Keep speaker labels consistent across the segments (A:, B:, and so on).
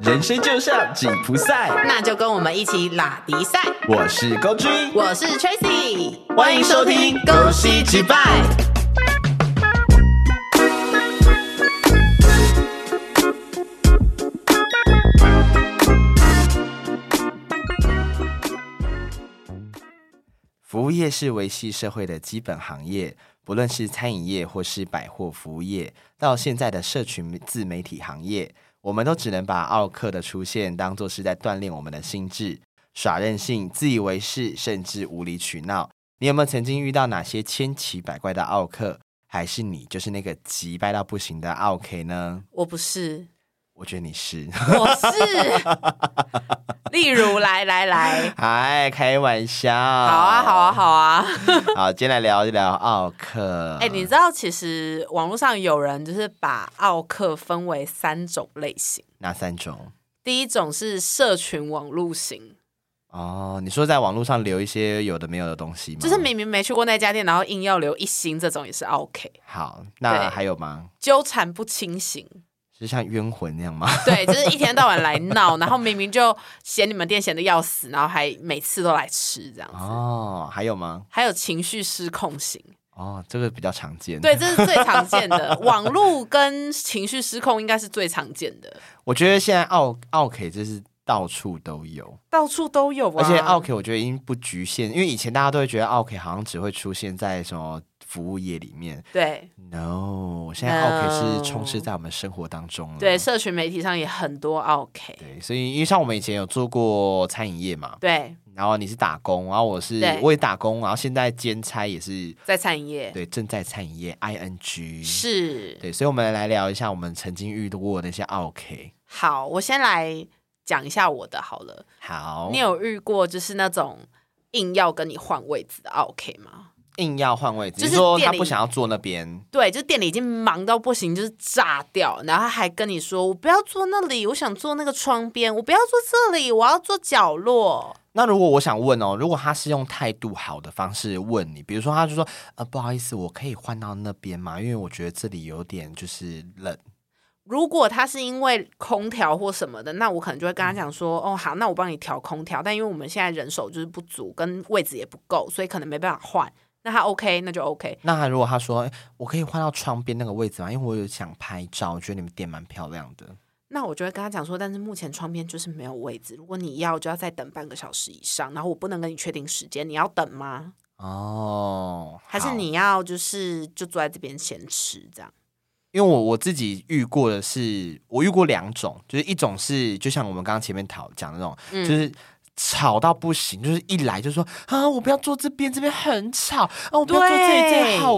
A: 人生就像紧箍赛，
B: 那就跟我们一起拉迪赛。
A: 我是高君，
B: 我是 Tracy，
A: 欢迎收听
B: 《
A: 恭喜击败》。服务业是维系社会的基本行业，不论是餐饮业或是百货服务业，到现在的社群自媒体行业，我们都只能把奥克的出现当做是在锻炼我们的心智，耍任性、自以为是，甚至无理取闹。你有没有曾经遇到哪些千奇百怪的奥克？还是你就是那个急掰到不行的奥 K 呢？
B: 我不是，
A: 我觉得你是。
B: 我是。例如，来来来，
A: 嗨，开玩笑。好
B: 好啊，好啊，。好啊。
A: 好，今天来聊一聊奥克。
B: 哎、你知道其实网络上有人就是把奥克分为三种类型，
A: 哪三种？
B: 第一种是社群网络型，
A: 哦，你说在网络上留一些有的没有的东西吗？
B: 就是明明没去过那家店，然后硬要留一星，这种也是奥 K。
A: 好，那
B: 对
A: 还有吗？
B: 纠缠不清型，
A: 是像冤魂那样 吗？
B: 对，就是一天到晚来闹，然后明明就嫌你们店嫌的要死，然后还每次都来吃这样子。
A: 哦，还有吗？
B: 还有情绪失 控型，
A: 哦，这个比较常见。，
B: 对，这是最常见的。网络跟情绪失控应该是最常见的，
A: 我觉得现在奥奥 K 就是到处都有，
B: 到处都有啊。
A: 而且哦奥 K 我觉得已经不局限，因为以前大家都会觉得奥 K 好像只会出现在什么服务业里面。
B: 对
A: 嗯 No，现在奥 K
B: No
A: 是充斥在我们生活当中了。
B: 对，社群媒体上也很多 OK。
A: 对，所以因为像我们以前有做过餐饮业嘛，
B: 对，
A: 然后你是打工，然后我是
B: 对
A: 我也打工，然后现在兼差也是
B: 在餐饮业
A: 对，正在餐饮业 ing。
B: 是
A: 对，所以我们来聊一下我们曾经遇到过的那些 OK。
B: 好。我先来讲一下我的好了。
A: 好，
B: 你有遇过就是那种硬要跟你换位置的 OK 吗？
A: 硬要换位置，
B: 就是
A: 你说他
B: 店里
A: 不想要坐那边，
B: 对，就是店里已经忙到不行，就是炸掉，然后他还跟你说我不要坐那里，我想坐那个窗边，我不要坐这里，我要坐角落。
A: 那如果我想问哦，如果他是用态度好的方式问你，比如说他就说呃不好意思，我可以换到那边吗？因为我觉得这里有点就是冷。
B: 如果他是因为空调或什么的，那我可能就会跟他讲说，哦，好，那我帮你调空调，但因为我们现在人手就是不足，跟位置也不够，所以可能没办法换。那他 OK，那就 OK。
A: 那他如果他说诶我可以换到窗边那个位置吗？因为我有想拍照，我觉得你们店蛮漂亮的。
B: 那我就会跟他讲说，但是目前窗边就是没有位置，如果你要就要再等半个小时以上，然后我不能跟你确定时间，你要等吗？
A: 哦，
B: 还是
A: 好
B: 你要就是就坐在这边先吃这样？
A: 因为我我自己遇过的是，我遇过两种，就是一种是就像我们刚刚前面讨讲的那种，
B: 嗯
A: 就是。吵到不行，就是一来就说啊，我不要坐这边，这边很吵啊，我不要坐这里，
B: 对
A: 这里好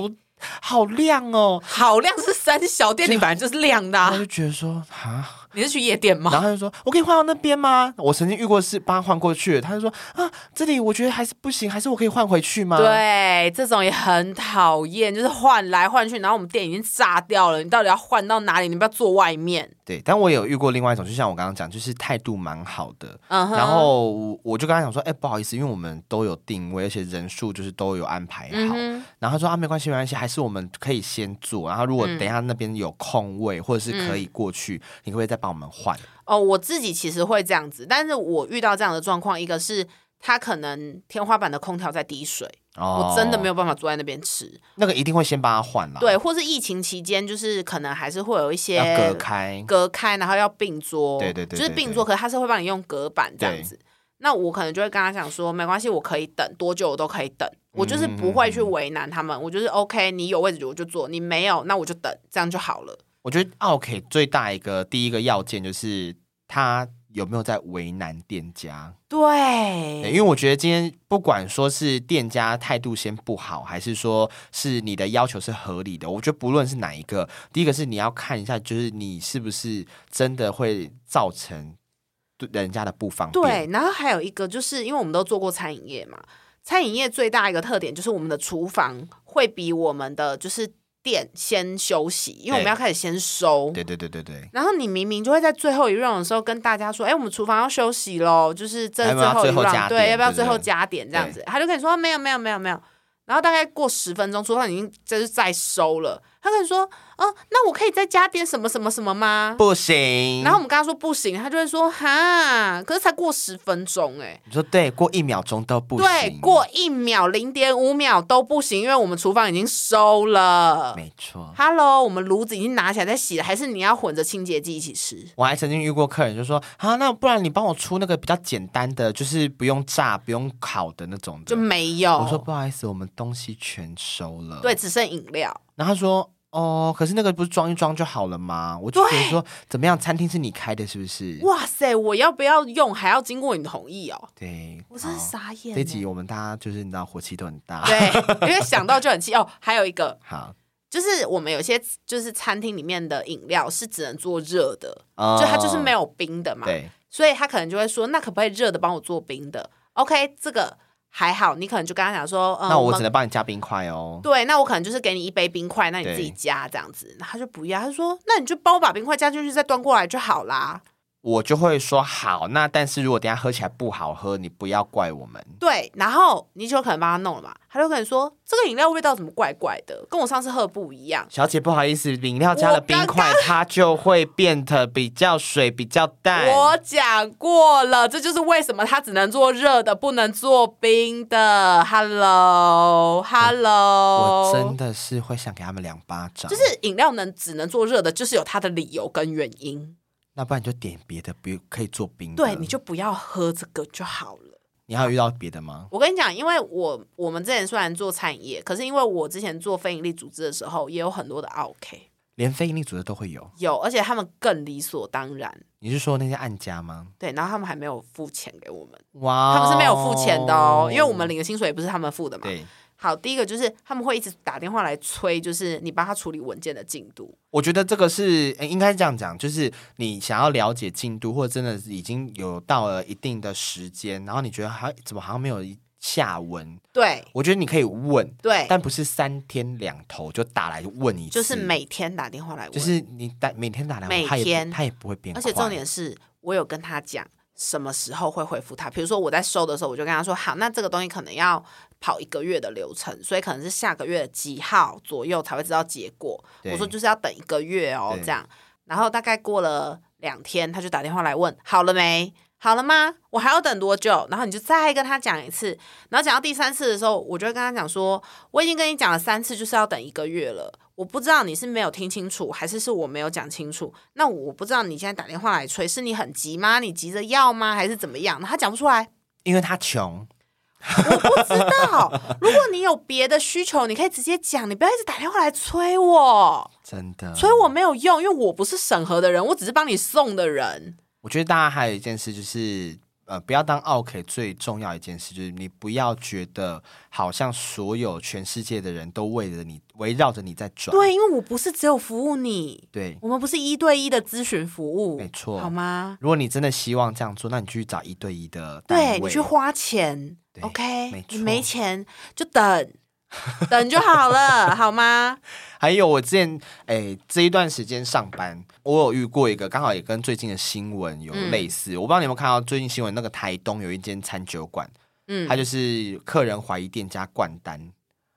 A: 好亮哦。
B: 好亮是三小店，
A: 就
B: 你本来就是亮的、
A: 然后
B: 啊
A: 就。觉得说啊，
B: 你是去夜店
A: 嗯然
B: 吗？
A: 后他就说，我可以换到那边吗？我曾经遇过是帮他换过去了，他就说啊，这里我觉得还是不行，还是我可以换回去吗？，
B: 对，这种也很讨厌，就是换来换去，然后我们店已经炸掉了，你到底要换到哪里？你不要坐外面。
A: 对，但我有遇过另外一种，就像我刚刚讲，就是态度蛮好的，
B: 嗯哼，
A: 然后我我就跟他讲说，哎、不好意思，因为我们都有定位，而且人数就是都有安排
B: 嗯
A: 好。
B: 哼，
A: 然后他说啊，没关系，没关系，还是我们可以先做。然后如果
B: 嗯
A: 等一下那边有空位，或者是可以过去，你可不可以再帮我们换？
B: 哦，我自己其实会这样子，但是我遇到这样的状况，一个是它可能天花板的空调在滴水，
A: 哦
B: 我真的没
A: 有，
B: 有办法坐在那边吃。
A: 那个一定会先帮他换啦，
B: 对，或是疫情期间，就是可能还是会有一些
A: 啊要隔开。
B: 隔开，然后要并桌，
A: 对对对
B: 就是
A: 对
B: 并
A: 对
B: 桌，可是他是会帮你用隔板这样子。那我可能就会跟他讲说，没关系，我可以等多久我都可以等，
A: 嗯
B: 我就是不会去为难他们，我就是 OK，你有位置我就坐，你没有那我就等，这样就好了。
A: 我觉得 OK 最大一个第一个要件就是他有没有在为难店家。对，因
B: 对，
A: 为我觉得今天不管说是店家态度先不好，还是说是你的要求是合理的，我觉得不论是哪一个，第一个是你要看一下，就是你是不是真的会造成对人家的不方便。
B: 对，然后还有一个就是因为我们都做过餐饮业嘛，餐饮业最大一个特点就是我们的厨房会比我们的就是店先休息，因为我们
A: 对
B: 要开始先收。
A: 对对对对对。
B: 然后你明明就会在最后一 round 的时候跟大家说，哎，我们厨房要休息喽，就是这
A: 要
B: 是
A: 不要
B: 后一
A: 最后加
B: round，对，
A: 点
B: 要不要
A: 对不
B: 最后
A: 对
B: 加点这样子？他就跟你说没有没有没有没有，然后大概过十分钟，厨房已经就是再收了，他他可能说，哦，那我可以再加点什么什么什么吗？
A: 不行。
B: 然后我们跟他说不行，他就会说哈，可是才过十分钟哎、
A: 你说对，过一秒钟都不行，
B: 对，过一秒零点五秒都不行，因为我们厨房已经收了。
A: 没错。
B: Hello，我们炉子已经拿起来在洗了，还是你要混着清洁剂一起吃？
A: 我还曾经遇过客人就说啊，那不然你帮我出那个比较简单的，就是不用炸、不用烤的那种的
B: 就。没有。
A: 我说不好意思，我们东西全收了。
B: 对，。只剩饮料。
A: 然后他说哦，可是那个不是装一装就好了吗？我就觉得说怎么样，餐厅是你开的，是不是？
B: 哇塞，我要不要用还要经过你同意哦？
A: 对，
B: 我真是
A: 好
B: 傻眼
A: 这
B: 欸。
A: 一集我们大家就是你知道火气都很大。
B: 对，因为想到就很气哦。还有一个
A: 好，
B: 就是我们有些就是餐厅里面的饮料是只能做热的，
A: 就
B: 就它就是没有冰的嘛。
A: 哦对，
B: 所以他可能就会说，那可不可以热的帮我做冰的？OK，这个还好，你可能就跟他讲说，嗯，
A: 那我只
B: 们
A: 能帮你加冰块哦。
B: 对，那我可能就是给你一杯冰块，那你自己
A: 对
B: 加这样子。然后他就不要，他就说，那你就帮我把冰块加进去，再端过来就好啦。
A: 我就会说好，那但是如果等一下喝起来不好喝，你不要怪我们。
B: 对，然后你就有可能帮他弄了嘛，他就可能说这个饮料味道怎么怪怪的，跟我上次喝的不一样。
A: 小姐，不好意思，饮料加了冰
B: 我
A: 块，它就会变得比较水、比较淡。
B: 我讲过了，这就是为什么他只能做热的，不能做冰的。Hello，Hello，
A: 我真的是会想给他们两巴掌。
B: 就是饮料能只能做热的，就是有它的理由跟原因。
A: 那不然你就点别的，比如可以做冰的。
B: 对，你就不要喝这个就好了。
A: 你还有遇到别的吗？
B: 我跟你讲，因为我我们之前虽然做餐饮业，可是因为我之前做非营利组织的时候，也有很多的 OK
A: 连非营利组织都会有。
B: 有，而且他们更理所当然。
A: 你是说那些暗家吗？
B: 对，然后他们还没有付钱给我们，
A: 哇哦，
B: 他们是没有付钱的哦，因为我们领的薪水也不是他们付的嘛。
A: 对。
B: 好，第一个就是他们会一直打电话来催，就是你帮他处理文件的进度。
A: 我觉得这个是呃应该这样讲，就是你想要了解进度，或者真的已经有到了一定的时间，然后你觉得还怎么好像没有下文，
B: 对
A: 我觉得你可以问，
B: 对，
A: 但不是三天两头就打来问一次，
B: 就是每天打电话来问，
A: 就是你打每天打来问，
B: 每
A: 他也
B: 天
A: 不他也不会变快，
B: 而且重点是我有跟他讲什么时候会回复他，比如说我在收的时候，我就跟他说，好，那这个东西可能要跑一个月的流程，所以可能是下个月几号左右才会知道结果。
A: 对
B: 我说就是要等一个月哦，
A: 对
B: 这样。然后大概过了两天，他就打电话来问，好了没？好了吗？我还要等多久？然后你就再跟他讲一次，然后讲到第三次的时候，我就会跟他讲说，我已经跟你讲了三次，就是要等一个月了。我不知道你是没有听清楚，还是是我没有讲清楚。那我不知道你现在打电话来催，是你很急吗？你急着要吗？还是怎么样？他讲不出来，
A: 因为他穷，
B: 我不 知道。如果你有别的需求，你可以直接讲，你不要一直打电话来催我，
A: 真的，
B: 催我没有用，因为我不是审核的人，我只是帮你送的人。
A: 我觉得大家还有一件事就是，呃，不要当 OK 最重要一件事就是，你不要觉得好像所有全世界的人都围着你围绕着你在转。
B: 对，因为我不是只有服务你，
A: 对
B: 我们不是一对一的咨询服务，
A: 没错
B: 好吗？
A: 如果你真的希望这样做，那你去找一对一的单
B: 对
A: 位。
B: 你去花钱
A: 对
B: ，OK，
A: 没
B: 你没
A: 错
B: 钱就等， 等就好 了，好吗？
A: 还有我之前诶这一段时间上班，我有遇过一个，刚好也跟最近的新闻有
B: 嗯
A: 类似。我不知道你有没有看到最近新闻，那个台东有一间餐酒馆，
B: 嗯
A: 它，就是客人怀疑店家灌单，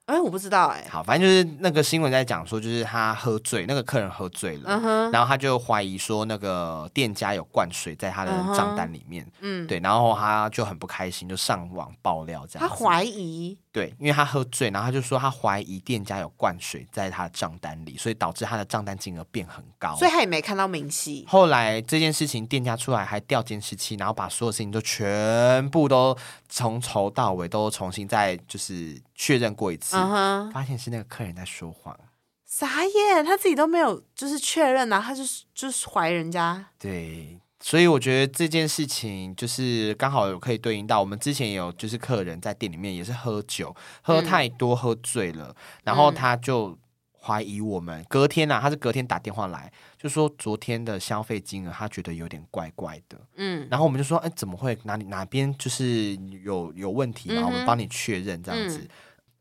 B: 哎，我不知道，哎，
A: 好，反正就是那个新闻在讲说，就是他喝醉，那个客人喝醉了。
B: 嗯哼，
A: 然后他就怀疑说，那个店家有灌水在他的
B: 嗯哼
A: 账单里面，
B: 嗯，
A: 对，然后他就很不开心，就上网爆料这样
B: 他
A: 子。
B: 怀疑，
A: 对，因为他喝醉，然后他就说他怀疑店家有灌水在他的账单里，所以导致他的账单金额变很高。
B: 所以他也没看到明细，
A: 后来这件事情，店家出来还调监视器，然后把所有事情都全部都从头到尾都重新再就是确认过一次，
B: 嗯哼，
A: 发现是那个客人在说谎。
B: 傻眼，他自己都没有就是确认啊，他就是就是怀疑人家，
A: 对，所以我觉得这件事情就是刚好有可以对应到我们之前也有就是客人在店里面也是喝酒，喝太多喝醉了，然后他就怀疑我们。隔天啊，他是隔天打电话来，就说昨天的消费金额他觉得有点怪怪的，
B: 嗯
A: 然后我们就说，哎，怎么会哪里哪边就是有有问题嘛？
B: 嗯哼
A: 我们帮你确认这样子。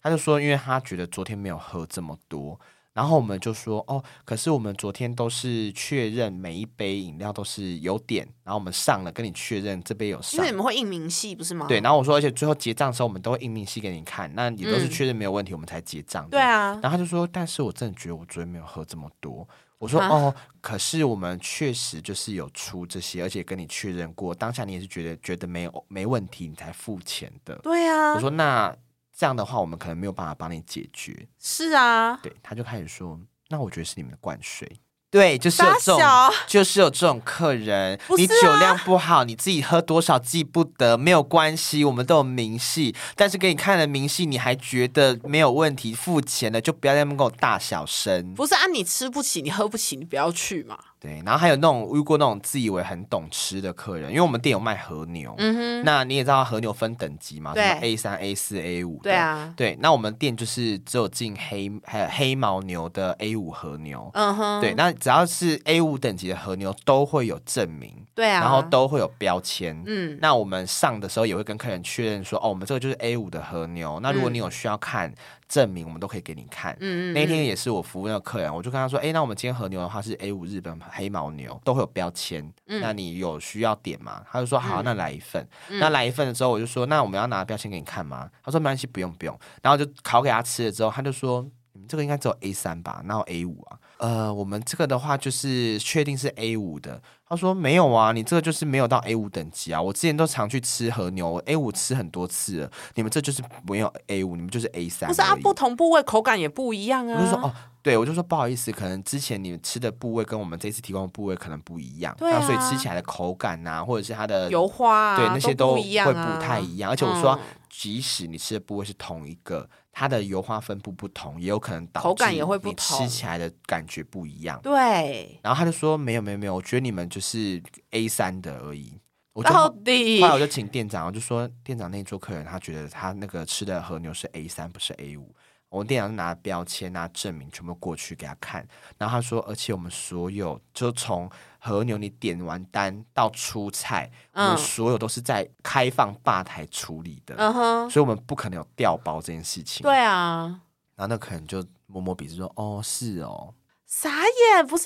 A: 他就说，因为他觉得昨天没有喝这么多，然后我们就说哦，可是我们昨天都是确认每一杯饮料都是有点，然后我们上了，跟你确认这杯有
B: 因
A: 上
B: 为你。们会印明细不是吗？
A: 对，然后我说，而且最后结账的时候，我们都会印明细给你看，那也都是
B: 嗯
A: 确认没有问题，我们才结账。
B: 对啊，
A: 然后他就说：“但是我真的觉得我昨天没有喝这么多。”我说：“
B: 啊
A: 哦，可是我们确实就是有出这些，而且跟你确认过，当下你也是觉得觉得没有没问题，你才付钱的。
B: 对啊
A: 我，说：“那这样的话，我们可能没有办法帮你解决。
B: 是啊”，
A: 对，他就开始说：“那我觉得是你们的灌水。”对，就是有
B: 傻
A: 这种，
B: 小，
A: 就是有这种客人，
B: 不是
A: 你
B: 啊
A: 酒量不好，你自己喝多少记不得，没有关系，我们都有明细。但是给你看了明细，你还觉得没有问题，付钱了就不要在那边跟我大小声。
B: 不是啊，你吃不起，你喝不起，你不要去嘛。
A: 对，然后还有那种遇过那种自以为很懂吃的客人，因为我们店有卖和牛，
B: 嗯哼，
A: 那你也知道和牛分等级嘛，什
B: 对
A: 么 A 三、A 四、A 五，
B: 对，啊，
A: 对，那我们店就是只有进黑还有黑牦牛的 A 五和牛。
B: 嗯哼，
A: 对，那只要是 A 五等级的和牛都会有证明，
B: 对啊，
A: 然后都会有标签。
B: 嗯
A: 那我们上的时候也会跟客人确认说，哦，我们这个就是 A 五的和牛。那如果
B: 嗯
A: 你有需要看证明，我们都可以给你看。
B: 嗯嗯，
A: 那一天
B: 嗯
A: 也是我服务那个客人，我就跟他说，哎、那我们今天和牛的话是 A 五日本黑牦牛，都会有标签。
B: 嗯
A: 那你有需要点吗？他就说好，
B: 嗯
A: 那来一份。
B: 嗯
A: 那来一份的时候，我就说，那我们要拿标签给你看吗？他说没关系，不用不用。然后就烤给他吃了之后，他就说。你们这个应该只有 A 三吧，哪有 A 五啊？呃，我们这个的话就是确定是 A 五的。他说没有啊，你这个就是没有到 A 五等级啊。我之前都常去吃和牛，A 五吃很多次了，你们这就是没有 A 五，你们就是 A 三。
B: 不是啊，不同部位口感也不一样啊。
A: 我就说哦，对，我就说不好意思，可能之前你们吃的部位跟我们这次提供的部位可能不一样，
B: 对
A: 那所以
B: 啊
A: 吃起来的口感呐、或者是它的
B: 油花啊，
A: 对那些
B: 都
A: 都
B: 不一样
A: 会
B: 啊
A: 不太一样。而且我说，
B: 嗯
A: 即使你吃的部位是同一个，它的油花分布不同，也有可能导致
B: 口感也会不
A: 你吃
B: 同
A: 起来的感觉不一样。
B: 对，
A: 然后他就说没有没有没有，我觉得你们就是 A 三的而已。我就
B: 到底
A: 后来我就请店长，我就说店长那一桌客人他觉得他那个吃的和牛是 A 三不是 A 五，我们店长就拿标签、拿证明全部过去给他看，然后他说，而且我们所有就从和牛你点完单到出菜，我
B: 嗯
A: 们所有都是在开放吧台处理的，
B: 嗯哼，
A: 所以我们不可能有调包这件事情。
B: 对啊，
A: 然后那客人就摸摸鼻子说，哦是哦。
B: 傻眼，不是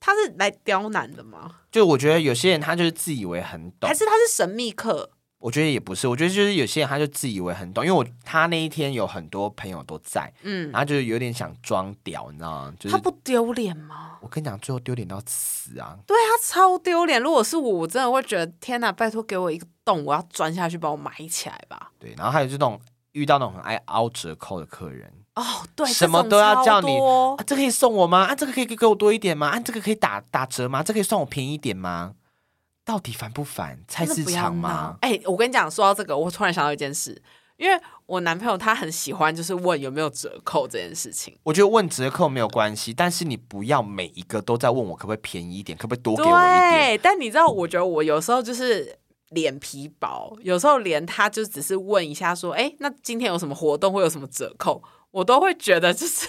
B: 他是来刁难的吗？
A: 就我觉得有些人他就是自以为很懂
B: 还，是他是神秘客？
A: 我觉得也不是，我觉得就是有些人他就自以为很懂，因为我他那一天有很多朋友都在，
B: 嗯，
A: 然后就是有点想装屌，你知道吗？就是
B: 他不丢脸吗？
A: 我跟你讲，最后丢脸到死啊！
B: 对他超丢脸。如果是我，我真的会觉得天哪！拜托给我一个洞，我要钻下去把我埋起来吧。
A: 对，然后还有这种遇到那种很爱凹折扣的客人。
B: 哦，对，
A: 什么
B: 这种
A: 都要
B: 超
A: 叫你
B: 多
A: 啊，这个可以送我吗？啊，这个可以给我多一点吗？啊，这个可以打打折吗？这可以算我便宜一点吗？到底烦不烦？菜
B: 真的
A: 市
B: 不要
A: 场
B: 闹
A: 吗？
B: 哎、我跟你讲，说到这个，我突然想到一件事，因为我男朋友他很喜欢就是问有没有折扣这件事情。
A: 我觉得问折扣没有关系，但是你不要每一个都在问我可不可以便宜一点，可不可以多给我一点。
B: 对，但你知道，我觉得我有时候就是脸皮薄，有时候连他就只是问一下说，哎、那今天有什么活动，会有什么折扣，我都会觉得就是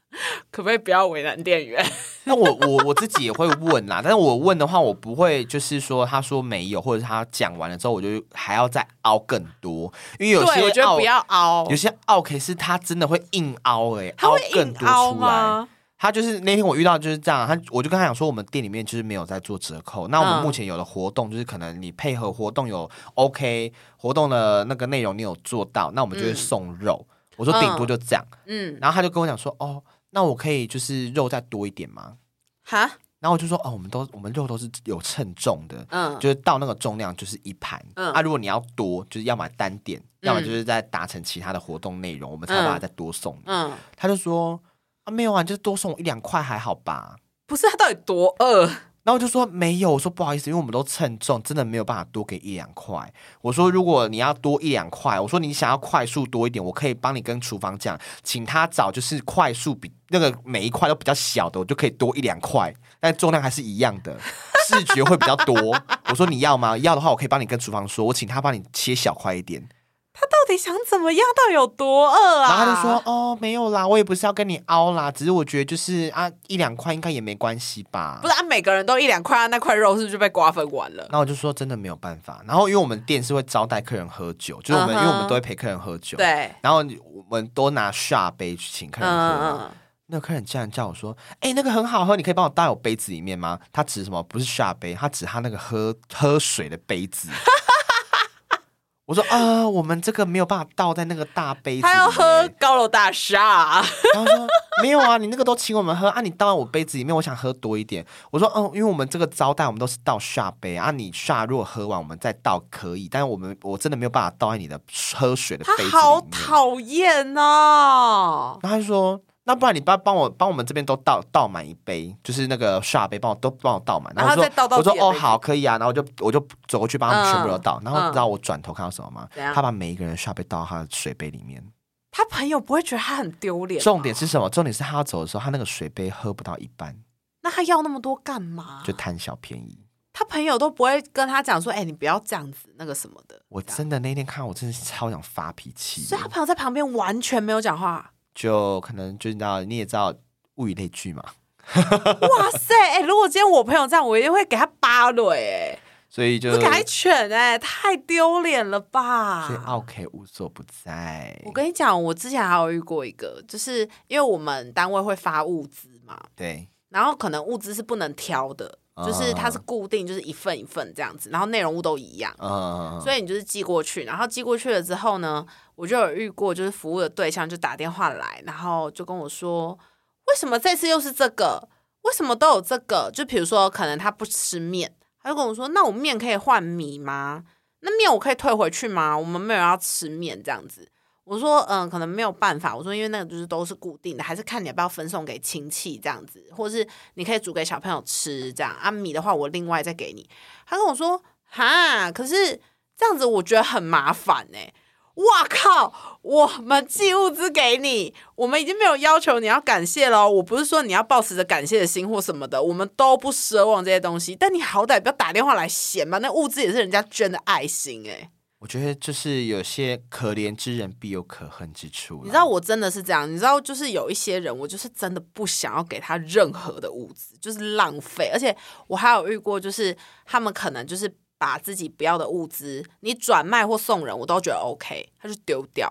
B: 可不可以不要为难店员？
A: 那我我我自己也会问啦，但是我问的话，我不会就是说他说没有，或者是他讲完了之后，我就还要再凹更多，因为有
B: 对，我
A: 些
B: 觉得
A: 凹
B: 不要凹
A: 有，些凹可以是他真的会硬凹哎、
B: 他会
A: 更
B: 硬
A: 多
B: 凹
A: 出来。
B: 吗？
A: 他就是那天我遇到就是这样，他我就跟他讲说，我们店里面就是没有在做折扣。那我们
B: 嗯
A: 目前有的活动就是可能你配合活动有 OK 活动的那个内容你有做到，那我们就会
B: 嗯
A: 送肉。我说顶多
B: 嗯
A: 就这样，
B: 嗯，
A: 然后他就跟我讲说，哦，那我可以就是肉再多一点吗？
B: 哈，
A: 然后我就说，哦，我们都我们肉都是有称重的，
B: 嗯，
A: 就是到那个重量就是一盘。
B: 嗯
A: 啊，如果你要多，就是要么单点，
B: 嗯
A: 要么就是在达成其他的活动内容，我们才有办法再多送你。
B: 嗯，
A: 他就说，啊，没有啊，你就是多送我一两块还好吧。
B: 不是他到底多饿？
A: 然后我就说没有，我说不好意思，因为我们都称重，真的没有办法多给一两块。我说如果你要多一两块，我说你想要快速多一点，我可以帮你跟厨房讲，请他找就是快速比那个每一块都比较小的，我就可以多一两块，但重量还是一样的，视觉会比较多。我说你要吗？要的话，我可以帮你跟厨房说，我请他帮你切小块一点。
B: 他到底想怎么样？到底有多饿
A: 然
B: 啊？
A: 后他就说：“哦，没有啦，我也不是要跟你凹啦，只是我觉得就是啊，一两块应该也没关系吧。”
B: 不是啊，每个人都一两块啊，那块肉是不是就被瓜分完了？
A: 然后我就说真的没有办法。然后因为我们店是会招待客人喝酒，就是我们、
B: 嗯哼
A: 因为我们都会陪客人喝酒，
B: 对，
A: 然后我们都拿下杯去请客人喝嘛。
B: 嗯嗯
A: 那个客人竟然叫我说：“哎、那个很好喝，你可以帮我倒我杯子里面吗？”他指什么？不是下杯，他指他那个喝喝水的杯子。 我说：“呃，我们这个没有办法倒在那个大杯子。”
B: 他要喝。高楼大厦，
A: 然后说：“没有啊，你那个都请我们喝啊，你倒在我杯子里面，我想喝多一点。”我说：“嗯，因为我们这个招待，我们都是倒下杯啊，你下如果喝完，我们再倒可以，但是我们我真的没有办法倒在你的喝水的杯子
B: 他
A: 里面。”
B: 好讨厌哦。
A: 然后他就说：“那不然你帮帮我帮我们这边都倒倒满一杯，就是那个下杯帮我都帮我倒满。”
B: 然后
A: 后我
B: 再
A: 说：“
B: 倒到
A: 我说
B: 自己的
A: 哦
B: 杯子
A: 好可以啊。”然后我就我就走过去帮他们全部都倒。
B: 嗯
A: 然后
B: 嗯
A: 你知道我转头看到什么吗？
B: 怎样
A: 他把每一个人的下杯倒到他的水杯里面。
B: 他朋友不会觉得他很丢脸吗？啊
A: 重点是什么？重点是他要走的时候，他那个水杯喝不到一半
B: 那他要那么多干嘛？
A: 就贪小便宜。
B: 他朋友都不会跟他讲说，哎、你不要这样子，那个什么的。
A: 我
B: 这样
A: 真的那天看，我真的是超想发脾气的
B: 所以。他朋友在旁边完全没有讲话。
A: 就可能就你知道，你也知道物以类聚嘛，
B: 哇塞，哎、如果今天我朋友这样，我一定会给他扒了，哎，
A: 所以就
B: 会给他一拳、哎，太丢脸了吧
A: 所以！哎奥 K 无所不在。
B: 我跟你讲，我之前还有遇过一个，就是因为我们单位会发物资嘛，
A: 对
B: 然后可能物资是不能挑的，就是它是固定，就是一份一份这样子，然后内容物都一样。
A: 嗯，
B: 所以你就是寄过去，然后寄过去了之后呢，我就有遇过，就是服务的对象就打电话来，然后就跟我说，为什么这次又是这个？为什么都有这个？就比如说，可能他不吃面，他就跟我说，那我面可以换米吗？那面我可以退回去吗？我们没有要吃面这样子。我说，嗯，可能没有办法。我说，因为那个就是都是固定的，还是看你要不要分送给亲戚这样子，或是你可以煮给小朋友吃这样。啊，米的话我另外再给你。他跟我说，哈，可是这样子我觉得很麻烦哎、哇靠！我们寄物资给你，我们已经没有要求你要感谢了哦。我不是说你要抱持着感谢的心或什么的，我们都不奢望这些东西。但你好歹不要打电话来嫌吧，那物资也是人家捐的爱心哎、
A: 我觉得就是有些可怜之人必有可恨之处啦。
B: 你知道我真的是这样，你知道就是有一些人，我就是真的不想要给他任何的物资，就是浪费。而且我还有遇过，就是他们可能就是把自己不要的物资，你转卖或送人，我都觉得 OK，他就丢掉。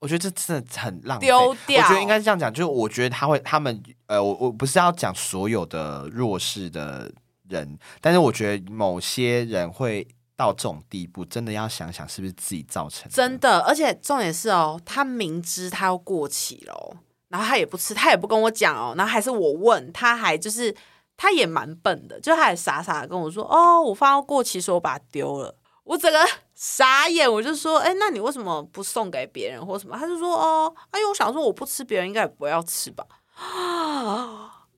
A: 我觉得这真的很浪费。
B: 丢掉
A: 我觉得应该是这样讲，就是我觉得他会，他们呃，我我不是要讲所有的弱势的人，但是我觉得某些人会到这种地步，真的要想想是不是自己造成的。
B: 真的，而且重点是哦，他明知他要过期了哦，然后他也不吃，他也不跟我讲哦，然后还是我问，他还就是他也蛮笨的，就他还傻傻的跟我说，哦，我放到过期，所以我把它丢了。我整个傻眼，我就说，哎，那你为什么不送给别人或什么？他就说，哦，哎呦，我想说我不吃，别人应该也不会要吃吧。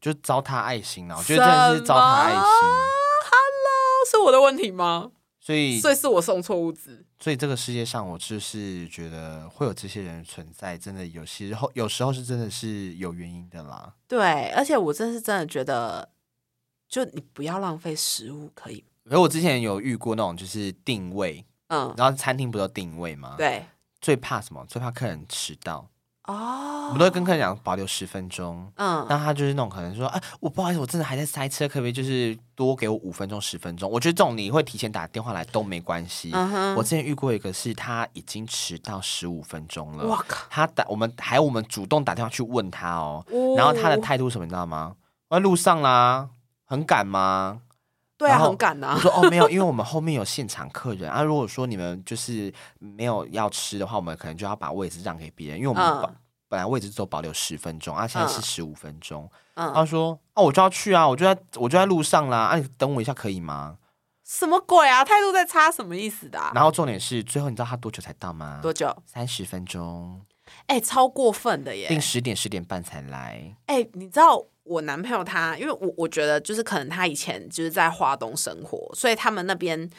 A: 就糟蹋爱心啊了，我哦觉得真的是糟蹋爱心。
B: Hello，是我的问题吗？
A: 所以，
B: 所以是我送错物资。
A: 所以这个世界上，我就是觉得会有这些人存在，真的有时候，有时候是真的是有原因的啦。
B: 对，而且我真的是真的觉得，就你不要浪费食物，可以吗？
A: 而我之前有遇过那种就是定位，
B: 嗯，
A: 然后餐厅不都定位吗？，
B: 对。
A: 最怕什么？最怕客人迟到。
B: 哦，
A: 我们都会跟客人讲保留十分钟，
B: 嗯，
A: 但他就是那种可能说，啊，我不好意思，我真的还在塞车，可不可以就是多给我五分钟、十分钟？我觉得这种你会提前打电话来都没关系。
B: 嗯哼，
A: 我之前遇过一个是他已经迟到十五分钟了，
B: 我靠，
A: 他打我们还我们主动打电话去问他哦，然后他的
B: 哦
A: 态度是什么你知道吗？我在路上啦，很赶吗？
B: 对啊，
A: 然后
B: 很赶呐
A: 我，说 哦，没有，因为我们后面有现场客人啊。如果说你们就是没有要吃的话，我们可能就要把位置让给别人，因为我们
B: 嗯
A: 本、本来位置只有保留十分钟，啊，现在是
B: 嗯
A: 十五分钟。
B: 嗯，
A: 他说哦，我就要去啊，我就在我就在路上啦，啊，你等我一下可以吗？
B: 什么鬼啊？态度在差什么意思的啊？
A: 然后重点是，最后你知道他多久才到吗？
B: 多久？
A: 三十分钟，
B: 哎，超过分的耶
A: 定！十点十点半才来。
B: 哎，你知道我男朋友他，因为我我觉得就是可能他以前就是在华东生活，所以他们那边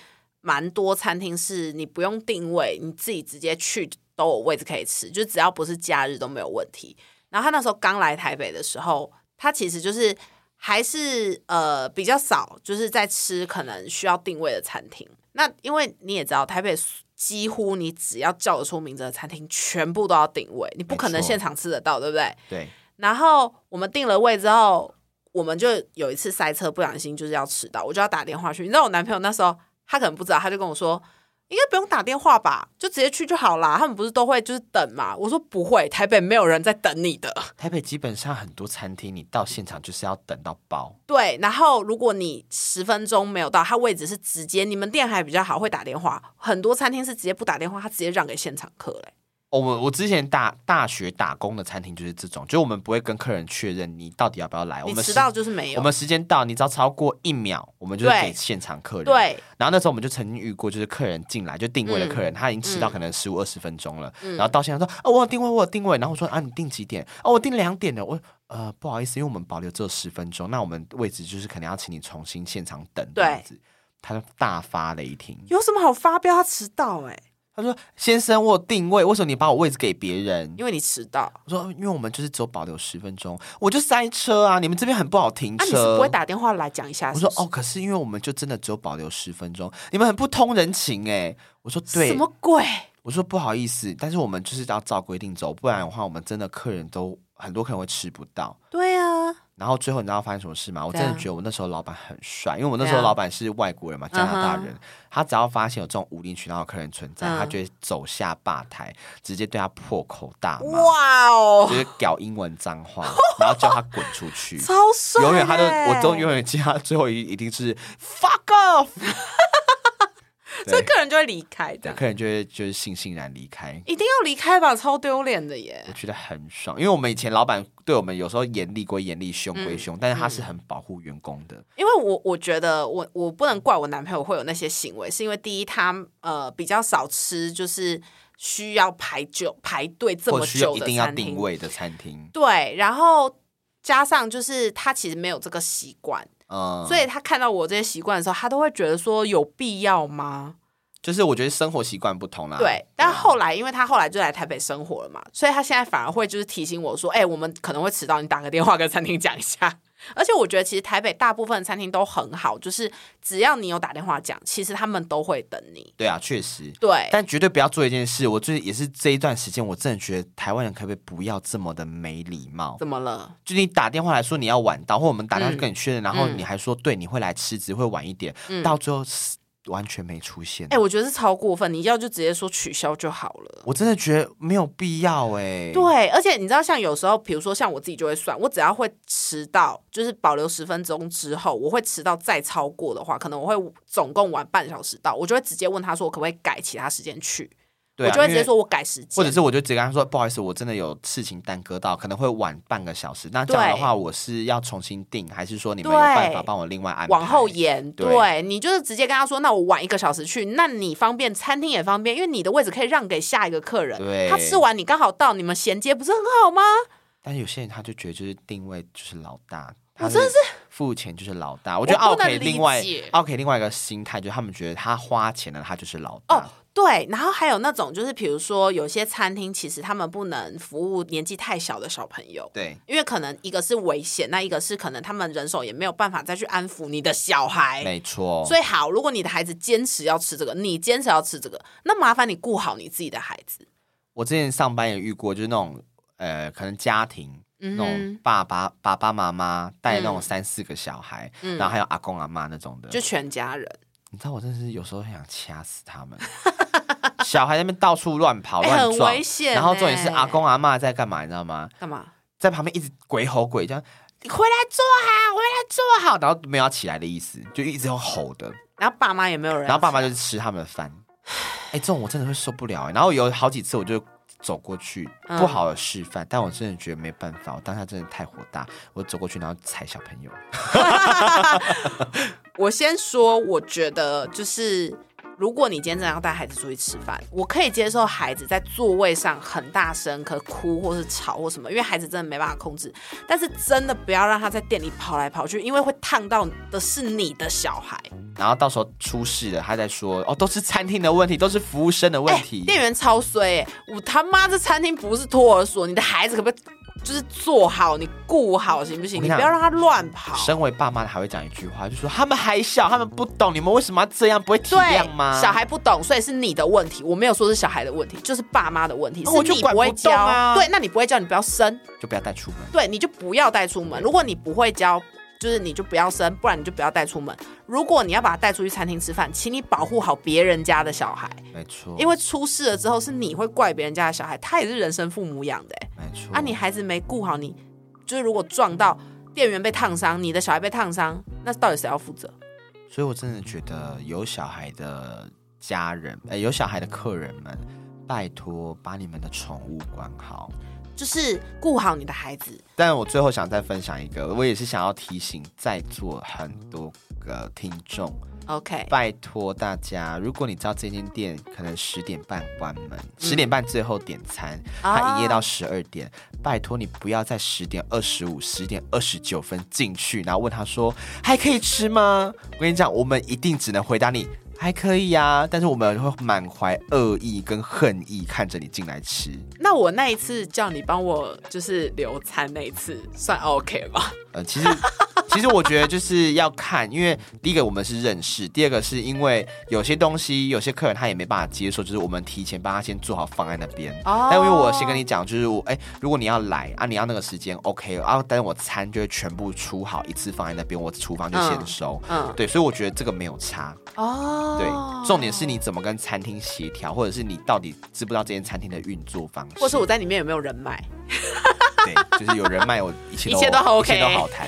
B: 蛮多餐厅是你不用定位，你自己直接去都有位置可以吃，就只要不是假日都没有问题。然后他那时候刚来台北的时候，他其实就是还是呃比较少，就是在吃可能需要定位的餐厅。那因为你也知道，台北几乎你只要叫得出名字的餐厅，全部都要定位，你不可
A: 没
B: 能
A: 错
B: 现场吃得到，对不对？
A: 对，
B: 然后我们定了位之后，我们就有一次塞车，不小心就是要迟到，我就要打电话去。你知道我男朋友那时候他可能不知道，他就跟我说：“哎、应该不用打电话吧，就直接去就好啦。他们不是都会就是等嘛？我说不会，台北没有人在等你 的。
A: 台北基本上很多餐厅，你到现场就是要等到包。
B: 对，然后如果你十分钟没有到，他位置是直接，你们店还比较好，会打电话。很多餐厅是直接不打电话，他直接让给现场客嘞。
A: 哦我我之前大大学打工的餐厅就是这种，就是我们不会跟客人确认你到底要不要啊来，我
B: 你
A: 们
B: 迟
A: 时
B: 到就是没有。
A: 我们时间到，你只要超过一秒，我们就是
B: 对
A: 给现场客人。。
B: 对，
A: 然后那时候我们就曾经遇过，就是客人进来就定位的客
B: 嗯
A: 人，他已经迟到可能十五二十分钟了，然后到现场说哦我有定位我有定位，然后我说啊你定几点？哦我定两点的，我呃不好意思，因为我们保留只有十分钟，那我们位置就是可能要请你重新现场等这
B: 对
A: 样子。他就大发雷霆，
B: 有什么好发飙？他迟到哎、
A: 他说先生我有定位，为什么你把我位置给别人？
B: 因为你迟到。啊
A: 我说因为我们就是只有保留十分钟，我就塞车啊，你们这边很不好停
B: 啊，你
A: 车。
B: 是不会打电话来讲一下
A: 我
B: 是
A: 说
B: 不是
A: 哦，可是因为我们就真的只有保留十分钟，你们很不通人情哎。我说
B: 什
A: 对，
B: 么鬼？
A: 我说不好意思，但是我们就是要照规定走，不然的话我们真的客人都很多客人会吃不到。
B: 对啊，
A: 然后最后你知道发生什么事吗？我
B: 怎
A: 真
B: 样
A: 的觉得我那时候老板很帅，因为我那
B: 怎
A: 时候
B: 样
A: 老板是外国人嘛，加拿大
B: 啊嗯哼
A: 人。他只要发现有这种无理取闹的客人存在，他
B: 嗯
A: 就会走下吧台，直接对他破口大骂，
B: 哇哦
A: 就，是屌英文脏话，然后叫他滚出去。
B: 超帅欸！
A: 永远他都，我都永远记他最后一一定是 fuck off，
B: 这
A: 对
B: 客人就会离开
A: 对
B: 的，
A: 客人就会就是悻悻然离开，
B: 一定要离开吧，超丢脸的耶
A: 我。觉得很爽，因为我们以前老板对我们有时候严厉归严厉，凶
B: 嗯
A: 归凶，但是他是很保护员工的，
B: 因为我我觉得我我不能怪我男朋友会有那些行为，是因为第一他呃比较少吃，就是需要排久排队这
A: 或者
B: 么
A: 需要
B: 久
A: 一
B: 的
A: 定要
B: 餐
A: 定
B: 厅，
A: 位的餐厅，
B: 对，然后加上就是他其实没有这个习惯，
A: 嗯，
B: 所以他看到我这些习惯的时候，他都会觉得说有必要吗？
A: 就是我觉得生活习惯不同啦，
B: 啊对，但后来因为他后来就来台北生活了嘛，所以他现在反而会就是提醒我说，哎、我们可能会迟到，你打个电话跟餐厅讲一下。 而且我觉得其实台北大部分餐厅都很好，就是只要你有打电话讲，其实他们都会等你。
A: 对啊，确实。
B: 对，
A: 但绝对不要做一件事，我最也是这一段时间，我真的觉得台湾人可不可以不要这么的没礼貌？
B: 怎么了？
A: 就你打电话来说你要晚到，或我们打
B: 嗯
A: 电话去跟你确认，然后你还说对你会来吃，只会晚一点，到最后是完全没出现。
B: 嗯哎、我觉得是超过分，你要就直接说取消就好了。
A: 我真的觉得没有必要哎、
B: 对，啊而且你知道，像有时候，比如说像我自己就会算，我只要会迟到，就是保留十分钟之后，我会迟到再超过的话，可能我会总共晚半小时到，我就会直接问他说，我可不可以改其他时间去？
A: 对啊，
B: 我就会直
A: 因
B: 接
A: 为
B: 说我改时间，
A: 或者是我就直接跟他说，不好意思，我真的有事情耽搁到，可能会晚半个小时。那这样的
B: 对
A: 话，我是要重新定，还是说你们有办法
B: 对
A: 帮我另外安排？
B: 往后延。
A: 对
B: 对你就是直接跟他说，那我晚一个小时去，那你方便，餐厅也方便，因为你的位置可以让给下一个客人。
A: 对
B: 他吃完你刚好到，你们衔接不是很好吗？
A: 但是有些人他就觉得就是定位就是老大，
B: 我
A: 他
B: 真的
A: 是付钱就是老大。我觉得
B: 我
A: 奥
B: 不能
A: K
B: 理
A: 另外
B: 解
A: 奥 K 另外一个心态就是他们觉得他花钱了，他就是老大。
B: 哦，对，然后还有那种就是，比如说有些餐厅其实他们不能服务年纪太小的小朋友，
A: 对，
B: 因为可能一个是危险，那一个是可能他们人手也没有办法再去安抚你的小孩。
A: 没错。
B: 所以好，如果你的孩子坚持要吃这个，你坚持要吃这个，那麻烦你顾好你自己的孩子。
A: 我之前上班也遇过，就是那种呃，可能家庭。那
B: 嗯
A: 种
B: 哼
A: 爸爸、爸爸妈妈带那种
B: 嗯
A: 三四个小孩，
B: 嗯
A: 然后还有阿公阿妈那种的，
B: 就全家人，
A: 你知道我真的是有时候很想掐死他们，小孩在那边到处乱跑
B: 哎
A: 乱
B: 很
A: 撞，
B: 危险
A: 然后重点是
B: 欸
A: 阿公阿妈在干嘛，你知道吗？
B: 干嘛？
A: 在旁边一直鬼吼鬼叫，你回来坐啊好，回来坐好，然后没有要起来的意思，就一直用吼的，
B: 然后爸妈也没有人要吃，
A: 然后爸妈就是吃他们的饭，哎、这种我真的会受不了、欸。然后有好几次我就走过去，
B: 嗯
A: 不好的示范，但我真的觉得没办法，我当下真的太火大，我走过去然后踩小朋友，
B: 我先说，我觉得就是，如果你今天真的要带孩子出去吃饭，我可以接受孩子在座位上很大声，可哭或是吵或什么，因为孩子真的没办法控制。但是真的不要让他在店里跑来跑去，因为会烫到的是你的小孩。
A: 然后到时候出事了，他再说哦，都是餐厅的问题，都是服务生的问
B: 哎
A: 题。
B: 店员超衰、欸，我他妈这餐厅不是托儿所，你的孩子可不可以就是做好，你顾好行不行？
A: 我跟你
B: 你
A: 讲
B: 不要让他乱跑。
A: 身为爸妈的还会讲一句话，就说他们还小，他们不懂，你们为什么要这样？不会体谅吗？
B: 对，小孩不懂，所以是你的问题。我没有说是小孩的问题，就是爸妈的问题，
A: 那
B: 是
A: 我就
B: 你
A: 管
B: 不会
A: 不动
B: 教。
A: 啊
B: 对，那你不会教，你不要生，
A: 就不要带出门。
B: 对，你就不要带出门。如果你不会教，就是你就不要生，不然你就不要带出门。如果你要把他带出去餐厅吃饭，请你保护好别人家的小孩，
A: 没错，
B: 因为出事了之后是你会怪别人家的小孩，他也是人生父母养的、欸。
A: 没错
B: 啊，你孩子没顾好你，就是如果撞到店员被烫伤，你的小孩被烫伤，那到底谁要负责？
A: 所以我真的觉得有小孩的家人，呃，有小孩的客人们，拜托把你们的宠物管好。
B: 就是顾好你的孩子，
A: 但我最后想再分享一个，我也是想要提醒在座很多个听众，
B: OK，
A: 拜托大家，如果你知道这间店可能十点半关门，十点半最后点餐，它营业到十二点，拜托你不要在十点二十五、十点二十九分进去，然后问他说还可以吃吗？我跟你讲，我们一定只能回答你。还可以呀、但是我们会满怀恶意跟恨意看着你进来吃，
B: 那我那一次叫你帮我就是留餐那一次算 OK 吗？
A: 呃，其实其实我觉得就是要看，因为第一个我们是认识，第二个是因为有些东西有些客人他也没办法接受，就是我们提前帮他先做好方案那边。
B: 哦
A: 但因为我先跟你讲，就是我哎、如果你要来啊，你要那个时间 OK 啊，但是我餐就会全部出好一次放在那边，我厨房就先收。
B: 嗯
A: 对，所以我觉得这个没有差。
B: 哦，
A: 对，重点是你怎么跟餐厅协调，或者是你到底知不知道这间餐厅的运作方式。
B: 或是我在里面有没有人脉？
A: 对，就是有人脉，我一切都
B: 一切都好
A: 一切都
B: OK
A: 好谈。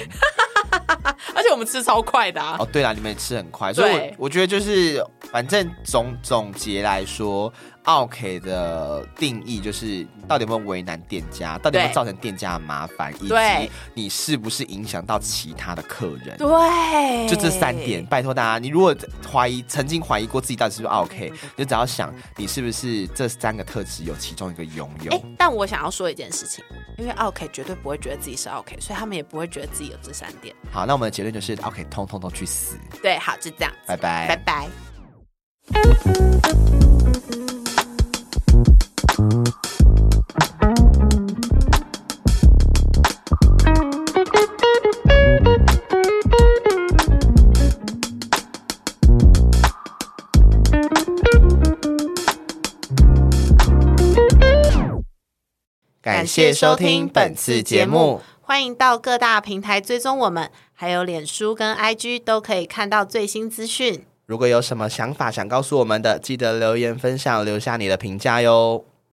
B: 而且我们吃超快的、啊，
A: 哦，对啦，你们也吃很快，所以我
B: 对
A: 我觉得就是，反正总总结来说，OK 的定义就是到底有没有为难店家，到底有没有
B: 对
A: 造成店家的麻烦，以及
B: 对
A: 你是不是影响到其他的客人。
B: 对，
A: 就这三点，。拜托大家，你如果怀疑曾经怀疑过自己到底是不是 OK，你就只要想你是不是这三个特质有其中一个拥有。
B: 哎、但我想要说一件事情，因为 OK 绝对不会觉得自己是 OK，所以他们也不会觉得自己有这三点。
A: 好，那我们的结论就是 OK，通通都去死，
B: 对，好，就这样子，
A: 拜拜
B: 拜拜。
A: 感谢收听本次节目，，
B: 欢迎到各大平台追踪我们，还有脸书跟 IG 都可以看到最新资讯。
A: 如果有什么想法想告诉我们的，记得留言分享，留下你的评价哟。